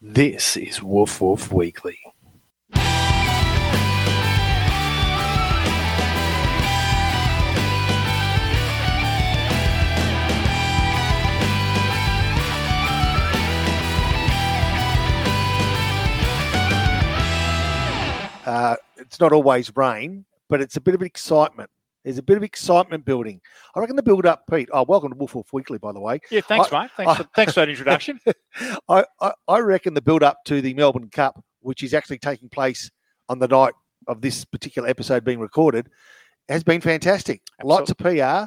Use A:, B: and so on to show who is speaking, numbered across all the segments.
A: This is Woof Woof Weekly. Uh, Uh, it's not always rain, but it's a bit of excitement. There's a bit of excitement building. I reckon the build up, Pete. Oh, welcome to Wolf Wolf Weekly, by the way.
B: Yeah, thanks, mate. Thanks,
A: I-
B: for, thanks for that introduction.
A: I, I, I reckon the build up to the Melbourne Cup, which is actually taking place on the night of this particular episode being recorded, has been fantastic. Lots of PR,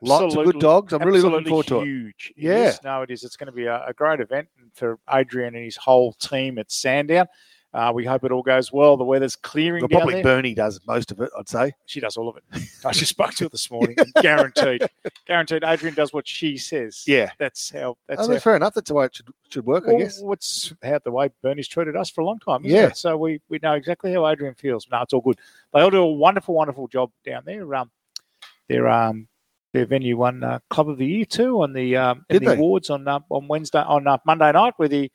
A: lots of good dogs. I'm really looking
B: absolutely
A: forward to it.
B: Huge. It
A: Yeah.
B: is. No, it is. It's going to be a, a great event for Adrian and his whole team at Sandown. Uh, we hope it all goes well. The weather's clearing
A: Well,
B: down
A: probably
B: there.
A: Bernie does most of it, I'd say.
B: She does all of it. I just spoke to her this morning. guaranteed, guaranteed. Adrian does what she says.
A: Yeah.
B: That's how. That's
A: Oh, that's
B: how.
A: fair enough. That's the way it should, should work, I
B: Well,
A: guess.
B: What's how the way Bernie's treated us for a long time. isn't
A: Yeah.
B: it? So we, we know exactly how Adrian feels. No, it's all good. They all do a wonderful, wonderful job down there. Um, their um their venue won uh, Club of the Year too on the um in
A: Did
B: the
A: they?
B: awards on uh, on Wednesday on uh, Monday night with the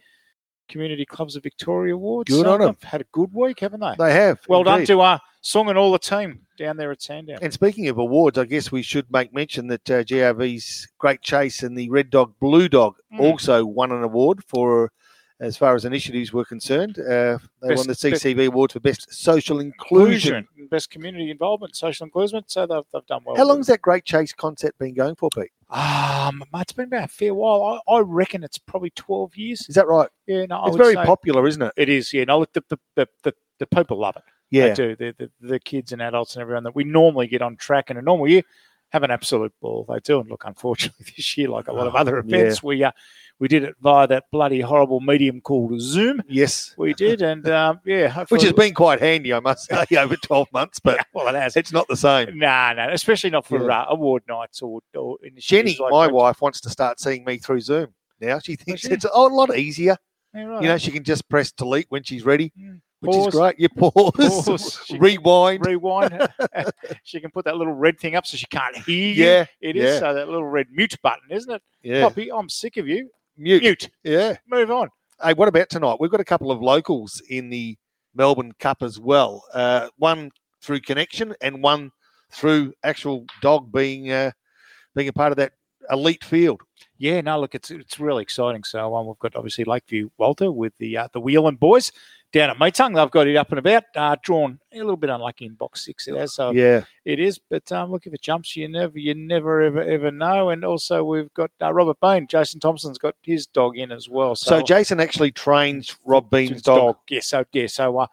B: Community Clubs of Victoria awards.
A: Good on 'em.
B: they've Had a good week, haven't they?
A: They have.
B: well
A: indeed.
B: done to uh, Song and all the team down there at Sandown.
A: And speaking of awards, I guess we should make mention that uh, GRV's Great Chase and the Red Dog Blue Dog
B: Mm.
A: also won an award for, as far as initiatives were concerned, uh, they won
B: Best-
A: the CCV award for best social inclusion.
B: best community involvement, social inclusion. So they've, they've done well.
A: How long's that Great Chase concept been going for, Pete?
B: Um, mate, it's been about a fair while. I, I reckon it's probably twelve years.
A: Is that right?
B: Yeah, no, I
A: it's
B: would
A: very
B: say-
A: popular, isn't it?
B: It is, yeah. No, look, the the, the, the, the people love it.
A: Yeah.
B: They do. The, the the kids and adults and everyone that we normally get on track in a normal year have an absolute ball. They do, and look, unfortunately, this year, like a lot of
A: Oh,
B: other
A: yeah.
B: events, we uh, we did it via that bloody horrible medium called Zoom.
A: Yes.
B: We did, and um, yeah,
A: Which
B: hopefully-
A: has been quite handy, I must say, over 12 months, but
B: Yeah, well, it has.
A: it's not the same.
B: No, no, especially not for uh, award nights or, or
A: Jenny,
B: initiatives like
A: my
B: that.
A: wife, wants to start seeing me through Zoom now. She thinks
B: she? Oh.
A: it's a lot easier.
B: Yeah, right.
A: You know, she can just press delete when she's ready,
B: Mm.
A: which
B: Pause.
A: is great. You pause,
B: Pause. She-
A: rewind.
B: rewind. she can put that little red thing up so she can't hear you.
A: yeah,
B: It is
A: yeah.
B: so that little red mute button, isn't it?
A: yeah.
B: Poppy, I'm sick of you.
A: Mute.
B: Mute.
A: Yeah.
B: Move on.
A: Hey, what about tonight? We've got a couple of locals in the Melbourne Cup as well. Uh, one through connection and one through actual dog being uh, being a part of that elite field.
B: Yeah, no, look, it's it's really exciting. So um, we've got obviously Lakeview Walter with the uh, the Whelan boys down at Meetung. They've got it up and about. Uh, drawn a little bit unlucky in box six there, so
A: Yeah.
B: it is. But um, look, if it jumps, you never you never ever ever know. And also we've got uh, Robert Bain, Jason Thompson's got his dog in as well.
A: So,
B: So,
A: Jason actually trains Rob Bean's
B: Jason's
A: dog.
B: Yeah, so yeah, so uh,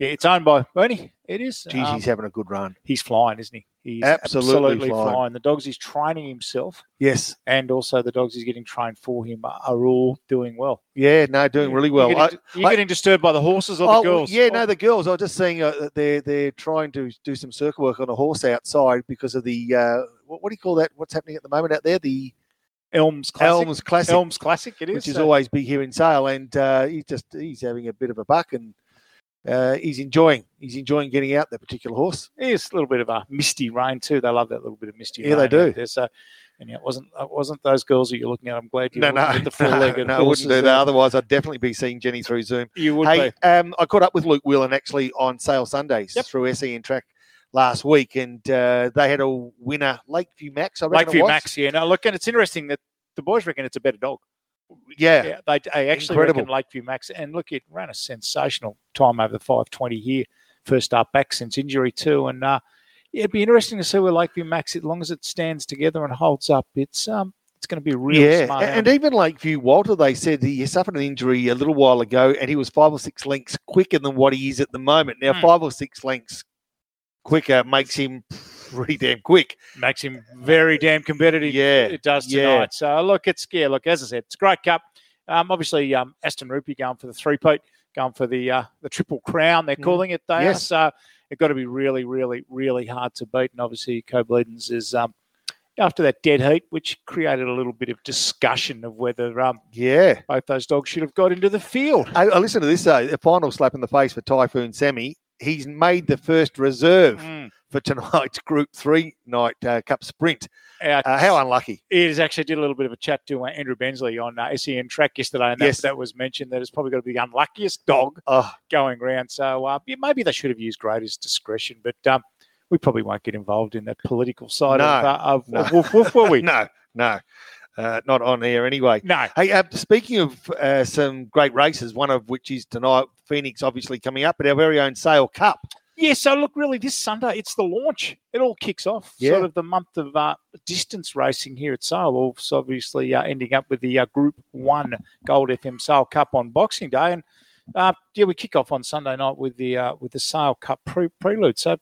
B: yeah, it's owned by Bernie. It is.
A: Geez,
B: Um,
A: he's having a good run.
B: he's flying, isn't he? He's
A: Absolutely flying.
B: The dogs he's training himself
A: Yes.
B: and also the dogs he's getting trained for him are, are all doing well.
A: Yeah. No, doing really well.
B: You're
A: I-
B: getting, you're getting disturbed by the horses or the
A: Oh,
B: girls?
A: Yeah, no, the girls. I was just seeing uh, that they're they're trying to do some circle work on a horse outside because of the uh, what, what do you call that? What's happening at the moment out there? The
B: Elms Classic.
A: Elms Classic,
B: Elms Classic, it is.
A: which is
B: So
A: always big here in Sale, and uh, he's just he's having a bit of a buck and. Uh, he's enjoying. He's enjoying getting out that particular horse.
B: it is a little bit of a misty rain too. They love that little bit of misty
A: Yeah,
B: rain.
A: they
B: out
A: do.
B: There. So, and yeah, it wasn't it wasn't those girls that you're looking at. I'm glad you
A: No,
B: looked
A: no,
B: at the four-legged
A: no, I wouldn't
B: horses
A: do that.
B: there.
A: Otherwise, I'd definitely be seeing Jenny through Zoom.
B: You would
A: Hey,
B: be.
A: um, I caught up with Luke Whelan actually on Sale Sundays
B: Yep.
A: through SEN Track last week, and uh, they had a winner, Lakeview Max. I reckon it
B: Lakeview
A: was.
B: Max, yeah. No, look, and it's interesting that the boys reckon it's a better dog.
A: Yeah,
B: Yeah, they, they actually
A: Incredible.
B: reckon Lakeview Max. And look, it ran a sensational time over the 520 here. First up back since injury too. And uh, yeah, it'd be interesting to see where Lakeview Max, as long as it stands together and holds up, it's um, it's going to be a real
A: yeah,
B: smart.
A: a- and even Lakeview Walter, they said he suffered an injury a little while ago, and he was five or six lengths quicker than what he is at the moment. Now,
B: Hmm.
A: five or six lengths quicker makes him pretty damn quick.
B: makes him very damn competitive.
A: Yeah,
B: it does
A: yeah.
B: tonight. So look, it's yeah, look as I said, it's a great cup. Um, obviously, um, Aston Rupee going for the three peat, going for the uh, the triple crown. They're
A: Mhm.
B: calling it. They
A: Yes.
B: are. So it's got to be really, really, really hard to beat. And obviously, Cobleedens is um, after that dead heat, which created a little bit of discussion of whether um,
A: Yeah. uh,
B: both those dogs should have got into the field.
A: I, I listened to this, though. The final slap in the face for Typhoon Sammy. he's made the first reserve
B: Mm.
A: for tonight's Group Three night uh, Cup sprint.
B: Our-
A: Uh, how unlucky!
B: It is actually did a little bit of a chat to uh, Andrew Bensley on uh, SEN track yesterday, and that,
A: Yes.
B: that was mentioned that it's probably going to be the unluckiest dog
A: Oh,
B: going round. So uh, yeah, maybe they should have used greatest discretion, but um, we probably won't get involved in the political side of,
A: No,
B: uh, of,
A: no.
B: of Wolf Wolf, will we? no.
A: no, no, uh, not on air anyway. Hey, uh, speaking of uh, some great races, one of which is tonight, Phoenix obviously coming up, but our very own Sale Cup.
B: Yeah, so look, really, this Sunday, it's the launch. It all kicks off.
A: Yeah.
B: Sort of the month of uh, distance racing here at Sale, also obviously uh, ending up with the uh, Group 1 Gold FM Sale Cup on Boxing Day. And uh, yeah, we kick off on Sunday night with the uh, with the Sale Cup pre- prelude. So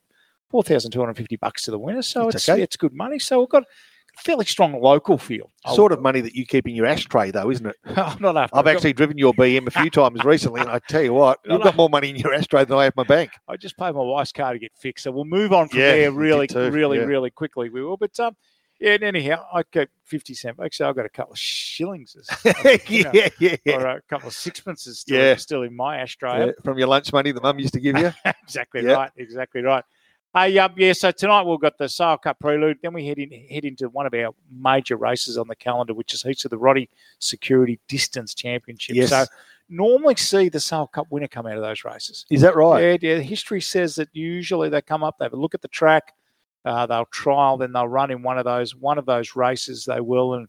B: 4250 bucks to the winner. So
A: That's
B: it's,
A: okay.
B: it's good money. So we've got a fairly strong local feel.
A: Sort of money that you keep in your ashtray, though, isn't it?
B: I'm not after
A: Oh, I've actually driven your BM a few times recently, and I tell you what, you've got more money in your ashtray than I have in my bank.
B: I just paid my wife's car to get fixed, so we'll move on from
A: Yeah,
B: there
A: we
B: really,
A: did too,
B: really,
A: yeah.
B: really quickly. We will, but um, yeah. And anyhow, I got fifty cent. Actually, I got a couple of shillings, as-
A: yeah, yeah, yeah.
B: or a couple of sixpences still,
A: Yeah.
B: still in my ashtray.
A: Yeah, From your lunch money that mum used to give you.
B: exactly
A: Yep.
B: right. Exactly right. Hey, um, yeah. So tonight we've got the Sale Cup Prelude. Then we head in head into one of our major races on the calendar, which is Heats of the Roddy Security Distance Championship.
A: Yes.
B: So normally see the Sale Cup winner come out of those races.
A: Is that right?
B: Yeah, yeah. History says that usually they come up, they have a look at the track, uh, they'll trial, then they'll run in one of those one of those races. They will, and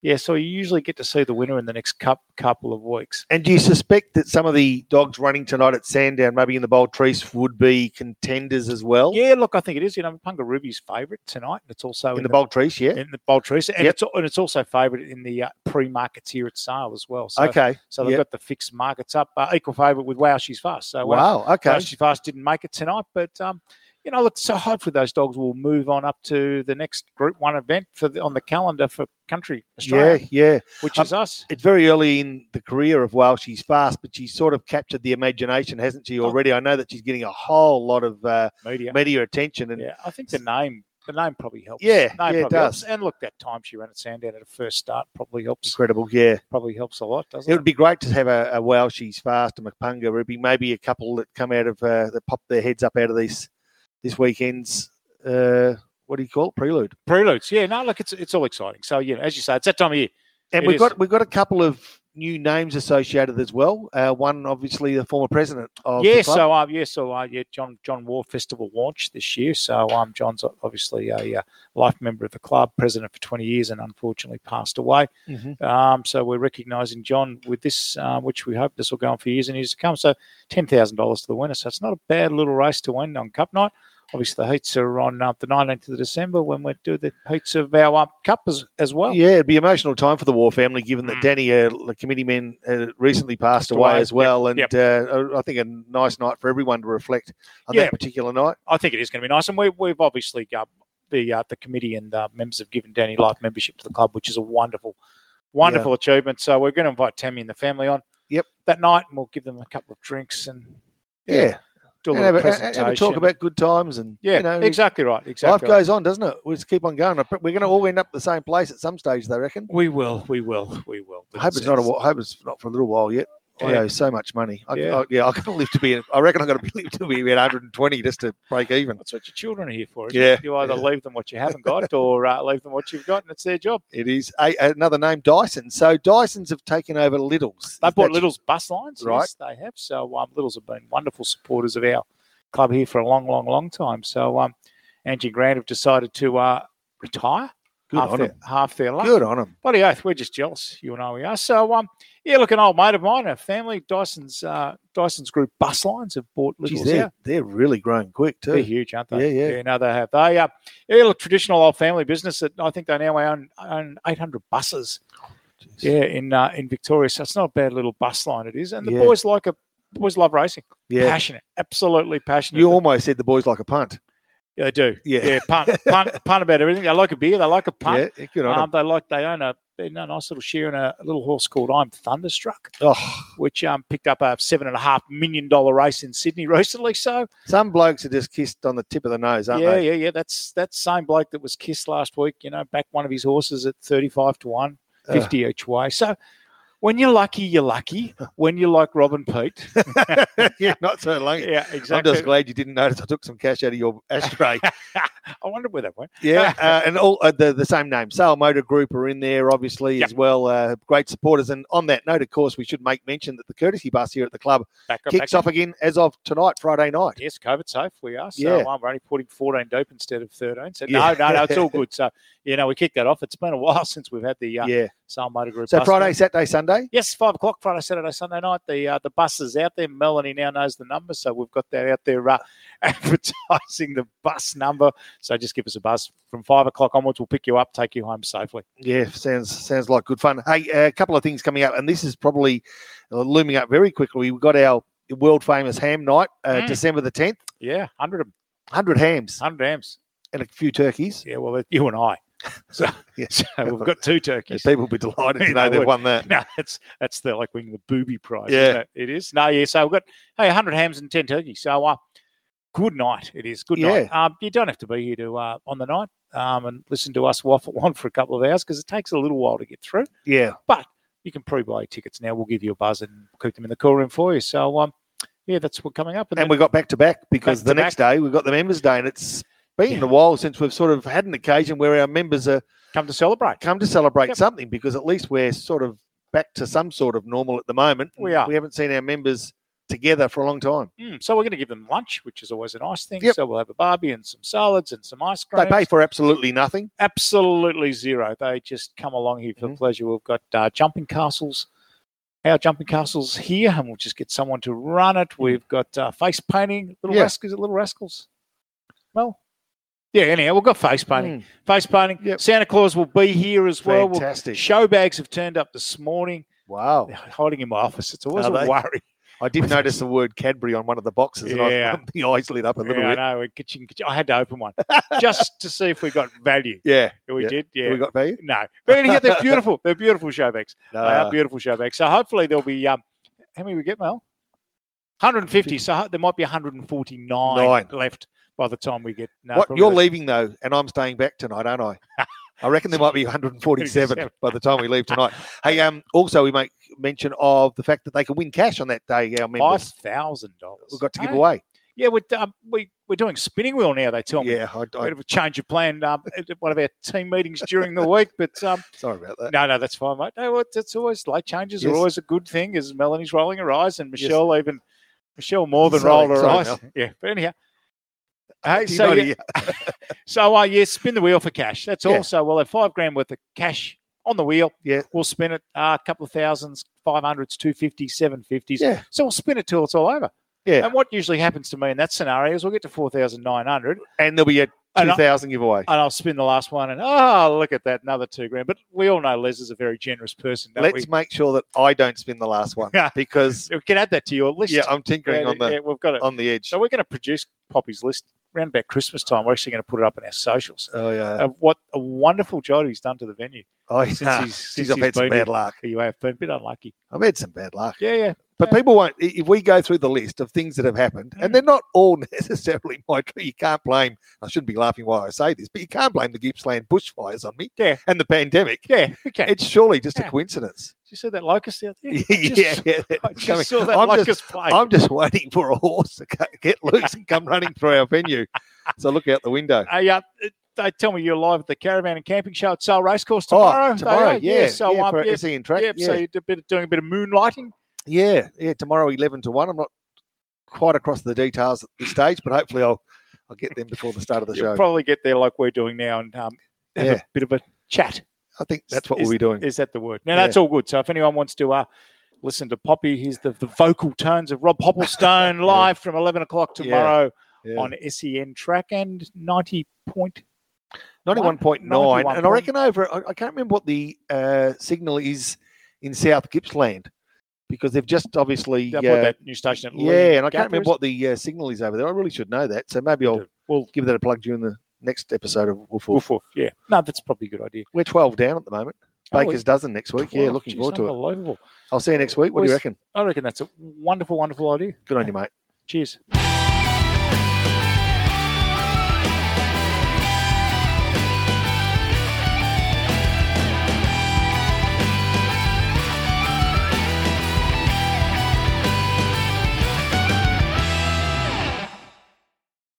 B: yeah, so you usually get to see the winner in the next cup, couple of weeks.
A: And do you suspect that some of the dogs running tonight at Sandown, maybe in the Bold Trees, would be contenders as well?
B: Yeah, look, I think it is. You know, Punga Ruby's favourite tonight. and It's also
A: In the Bold Trees, yeah.
B: in the Baltrice, and
A: Yep.
B: it's and it's also favourite in the uh, pre markets here at sale as well. So,
A: okay.
B: so they've
A: yep.
B: got the fixed markets up. Uh, equal favourite with Wow, she's fast. So uh,
A: Wow. Okay.
B: Fast Fast didn't make it tonight, but um, you know, look, so hopefully those dogs will move on up to the next Group One event for the, on the calendar for country Australia,
A: Yeah, yeah.
B: which
A: Um,
B: is us.
A: It's very early in the career of Wales. She's fast, but she's sort of captured the imagination, hasn't
B: Oh.
A: she? Already, I know that she's getting a whole lot of uh,
B: Media,
A: media attention, and
B: yeah, I think the name, the name probably helps.
A: Yeah, yeah,
B: name
A: it
B: probably
A: does.
B: helps. And look, that time she ran at Sandown at a first start probably helps.
A: incredible. Yeah,
B: Probably helps a lot, doesn't
A: it
B: it?
A: would be great to have a, a Wow. She's fast, a Mapunga Ruby, maybe a couple that come out of uh, that pop their heads up out of these this weekend's uh, what do you call it prelude.
B: Preludes, yeah. No, look, it's it's all exciting. So you know, as you say, it's that time of year.
A: And
B: It
A: we've
B: is.
A: got we've got a couple of new names associated as well. Uh, one, obviously, the former president of the
B: yeah,
A: club.
B: so um, yeah, so uh, yeah, John John War Festival launch this year. So um, John's o- obviously a uh, life member of the club, president for twenty years, and unfortunately passed away.
A: Mhm.
B: Um, so we're recognising John with this, uh, which we hope this will go on for years and years to come. So ten thousand dollars to the winner. So it's not a bad little race to win on Cup night. Obviously, the heats are on uh, the nineteenth of December when we do the heats of our um, cup as, as well.
A: Yeah, it'd be an emotional time for the War family, given that
B: Mm.
A: Danny, uh, the committeeman, uh, recently passed
B: Passed
A: away,
B: away.
A: as well. And
B: Yep.
A: Uh, I think a nice night for everyone to reflect on
B: Yeah.
A: that particular night.
B: I think it is going to be nice. And we, we've obviously got the uh, the committee and uh, members have given Danny Life membership to the club, which is a wonderful, wonderful achievement. So we're going to invite Tammy and the family on.
A: Yep.
B: That night, and we'll give them a couple of drinks and
A: Yeah,
B: do a
A: and
B: little
A: have a, have
B: presentation.
A: a talk about good times and
B: yeah,
A: you know,
B: exactly right.
A: life
B: Exactly. right.
A: goes on, doesn't it? We just keep on going. I pre- We're going to all end up at the same place at some stage, they reckon.
B: We will. We will. We will.
A: I hope it's not a. wh- I hope it's not for a little while yet. I
B: Yeah.
A: owe so much money. I,
B: Yeah.
A: yeah, I, yeah, I gotta live to be. I reckon I'm going to live to be about 120 just to break even.
B: That's what your children are here for. Isn't
A: Yeah,
B: It? You either
A: yeah.
B: leave them what you haven't got, or uh, leave them what you've got, and it's their job.
A: It is a, another name, Dyson. So Dysons have taken over Littles.
B: They bought
A: That's-
B: Little's bus lines,
A: Right.
B: yes, they have. So um, Little's have been wonderful supporters of our club here for a long, long, long time. So um, Angie Grant have decided to uh, retire
A: Good
B: half,
A: on
B: their,
A: them.
B: half their luck.
A: Good on them.
B: Bloody oath, we're just jealous. You and I, we are. So um, yeah, look, an old mate of mine, a family, Dyson's uh, Dyson's Group bus lines have bought
A: Geez,
B: Little's.
A: they're,
B: Yeah,
A: they're really growing quick too.
B: they're huge, aren't they?
A: Yeah, yeah.
B: no, they have. They uh, yeah, look, traditional old family business that I think they now own own 800 buses.
A: Jeez.
B: Yeah, in uh, in Victoria, so it's not a bad little bus line. It is, and the
A: Yeah.
B: boys like a boys love racing.
A: Yeah.
B: Passionate, absolutely passionate.
A: You almost said the boys like a punt.
B: yeah, they do.
A: Yeah.
B: Yeah, punt, punt, punt about everything. They like a beer. They like a punt.
A: Yeah, good on
B: um, they like they own a, they own a nice little share in a little horse called I'm Thunderstruck,
A: them. Oh,
B: which um picked up a seven and a half million dollar race in Sydney recently. So
A: some blokes are just kissed on the tip of the nose, aren't
B: yeah,
A: they?
B: yeah, yeah. That's that same bloke that was kissed last week. You know, back one of his horses at thirty five to one.
A: Ugh.
B: 50 each way. So when you're lucky, you're lucky. When you're like Robin Pete,
A: yeah, not so long.
B: yeah,
A: I'm
B: exactly.
A: just glad you didn't notice I took some cash out of your ashtray.
B: I wonder where that went.
A: Yeah, uh, and all uh, the the same name, Sale Motor Group, are in there obviously
B: Yep.
A: as well. Uh, great supporters, and on that note, of course, we should make mention that the courtesy bus here at the club
B: Back up,
A: kicks
B: back
A: off again as of tonight, Friday night.
B: Yes, COVID safe we are. So
A: Yeah.
B: um, we're only putting 14 dope instead of 13. So
A: Yeah.
B: no, no, no, it's all good. So, you know, we kicked that off. It's been a while since we've had the uh,
A: Yeah,
B: Sale Motor Group.
A: so
B: bus
A: Friday,
B: down.
A: Saturday, Sunday.
B: Yes, five o'clock Friday, Saturday, Sunday night. The uh, the bus is out there. Melanie now knows the number, so we've got that out there uh, advertising the bus number. So just give us a buzz from five o'clock onwards. We'll pick you up, take you home safely.
A: Yeah, sounds sounds like good fun. Hey, a couple of things coming up, and this is probably uh, looming up very quickly. We've got our world famous ham night, uh,
B: Mm.
A: December the tenth.
B: Yeah, hundred of
A: 100 hams
B: hundred amps.
A: and a few turkeys.
B: Yeah, well, it- you and I. So,
A: Yeah.
B: so we've got two turkeys.
A: People will be delighted to
B: Yeah,
A: know
B: they
A: they've
B: would.
A: won that.
B: No, that's that's the like winning the booby prize.
A: Yeah.
B: isn't it? it is. No, yeah. So we've got hey, hundred hams and ten turkeys. So uh, good night. It is good night. Um, you don't have to be here to uh, on the night um, and listen to us waffle on for a couple of hours because it takes a little while to get through.
A: Yeah,
B: You can pre-buy your tickets now. We'll give you a buzz and keep them in the cool room for you. So um, yeah, that's what coming up.
A: and we got back to back because
B: Back to
A: the next day we've got the members' day, and it's been
B: Yeah.
A: a while since we've sort of had an occasion where our members are
B: come to celebrate.
A: come to celebrate
B: Yep.
A: something because at least we're sort of back to some sort of normal at the moment.
B: We are.
A: We haven't seen our members together for a long time.
B: Mm, so we're going to give them lunch, which is always a nice thing.
A: Yep.
B: So we'll have a barbie and some salads and some ice cream.
A: They pay for absolutely nothing.
B: absolutely zero. They just come along here for
A: Mhm.
B: pleasure. We've got uh, jumping castles, our jumping castles here, and we'll just get someone to run it. We've got uh, face painting, little
A: Mm-hmm. Yeah.
B: rascals, little rascals. Well, yeah. Anyhow, we've got face painting.
A: Mm,
B: Face painting.
A: Yep.
B: Santa Claus will be here as well. We'll-
A: Fantastic.
B: show bags have turned up this morning.
A: Wow.
B: They're hiding in my office. It's always
A: Are
B: a
A: they?
B: worry.
A: I did notice the word Cadbury on one of the boxes and
B: Yeah.
A: I, the eyes lit up a little
B: Yeah, I
A: bit.
B: know. it- kitchen- kitchen- I had to open one just to see if we got value.
A: Yeah.
B: We
A: Yeah.
B: did. Yeah.
A: Have we got value? Uh,
B: no. But anyhow, they're beautiful. They're beautiful show bags. They
A: No.
B: are beautiful show bags. So hopefully there'll be um, how many we get, Mel? 150. So ho- there might be 149
A: Nine.
B: left by the time we get. No,
A: what
B: probably
A: you're
B: the-
A: leaving though, and I'm staying back tonight, aren't I? I reckon there might be 147 by the time we leave tonight. Hey, um, also we make mention of the fact that they can win cash on that day. Our
B: Five
A: members,
B: thousand dollars.
A: we've got to give away.
B: Yeah, we're um, we we're doing spinning wheel now. They tell me.
A: Yeah, I,
B: A
A: I,
B: bit of a change of plan um, at one of our team meetings during the week, but um,
A: sorry about that.
B: no, no, that's fine, mate. No, it- it's always late changes are
A: Yes.
B: always a good thing. As Melanie's rolling her eyes, and
A: Yes.
B: Michelle even Michelle more than
A: Sorry,
B: rolled her
A: sorry,
B: eyes.
A: Mel.
B: Yeah, but anyhow, hey,
A: Do you
B: so
A: know
B: yeah,
A: the-
B: So, uh, yeah, spin the wheel for cash. That's
A: Yeah.
B: all. So we'll have five grand worth of cash on the wheel.
A: Yeah.
B: We'll spin it uh, a couple of thousands, 500s, 250s, 750s.
A: Yeah.
B: So we'll spin it till it's all over.
A: yeah,
B: And what usually happens to me in that scenario is we'll get to 4,900
A: and there'll be a
B: And I-
A: 2,000 giveaway.
B: and I'll spin the last one and, oh, look at that, another two grand. But we all know Les is a very generous person, don't
A: Let's
B: we?
A: make sure that I don't spin the last one
B: Yeah.
A: because
B: We can add that to your list.
A: yeah, I'm tinkering
B: Yeah,
A: on Oh. the
B: yeah, we've got it.
A: on the edge.
B: So we're going to produce Poppy's list around about Christmas time. We're actually going to put it up in our socials.
A: Oh yeah,
B: Uh, what a wonderful job he's done to the venue.
A: oh,
B: since
A: yeah.
B: he's- since
A: Geez, I've
B: he's
A: had some
B: been
A: bad
B: here.
A: luck.
B: You have been a bit unlucky.
A: I've had some bad luck.
B: Yeah, yeah.
A: But
B: Yeah.
A: people won't. i- If we go through the list of things that have happened,
B: Mm.
A: and they're not all necessarily my tree, you can't blame. I shouldn't be laughing while I say this, but you can't blame the Gippsland bushfires on me.
B: Yeah.
A: and the pandemic.
B: Yeah, we can.
A: It's surely just
B: Yeah.
A: a coincidence.
B: Did you see that locust out there?
A: yeah,
B: I just-
A: yeah, that's
B: I just
A: coming.
B: saw that
A: I'm
B: locust
A: just,
B: play.
A: I'm just waiting for a horse to co- get loose and come running through our venue. So look out the window.
B: Uh, yeah, it- they tell me you're live at the Caravan and Camping Show at Sale Racecourse
A: Oh,
B: tomorrow. They
A: tomorrow,
B: are,
A: yeah,
B: So,
A: yeah,
B: um,
A: for
B: yeah,
A: SE and track,
B: yeah,
A: yeah.
B: so you're a bit of- doing a bit of moonlighting.
A: Yeah, yeah. Tomorrow, eleven to one. I'm not quite across the details at this stage, but hopefully, I'll I'll get them before the start of the
B: You'll
A: show.
B: probably get there like we're doing now and um, have a
A: Yeah.
B: bit of a chat.
A: I think that's what we'll be doing.
B: Is that the word? Now,
A: Yeah.
B: that's all good. So if anyone wants to uh, listen to Poppy, here's the, the vocal tones of Rob Hopplestone live from 11 o'clock
A: Yeah,
B: tomorrow
A: Yeah.
B: on SEN Track and 90 point.
A: 91.9. And I
B: 91.9.
A: reckon over, I, I can't remember what the uh, signal is in South Gippsland because they've just obviously.
B: Yeah,
A: uh,
B: that new station at Lee
A: yeah, and I can't
B: Gathers.
A: remember what the uh, signal is over there. I really should know that. So maybe I'll
B: Well,
A: give that a plug during the next episode of Wolf Wolf.
B: woof, woof. Yeah. No, that's probably a good idea.
A: We're 12 down at the moment.
B: Oh,
A: Baker's dozen next week. Yeah,
B: 12,
A: looking
B: geez,
A: forward to it.
B: Unbelievable.
A: I'll see you next week. What do you
B: Always-
A: reckon?
B: I reckon that's a wonderful, wonderful idea.
A: Good on you, mate.
B: Cheers.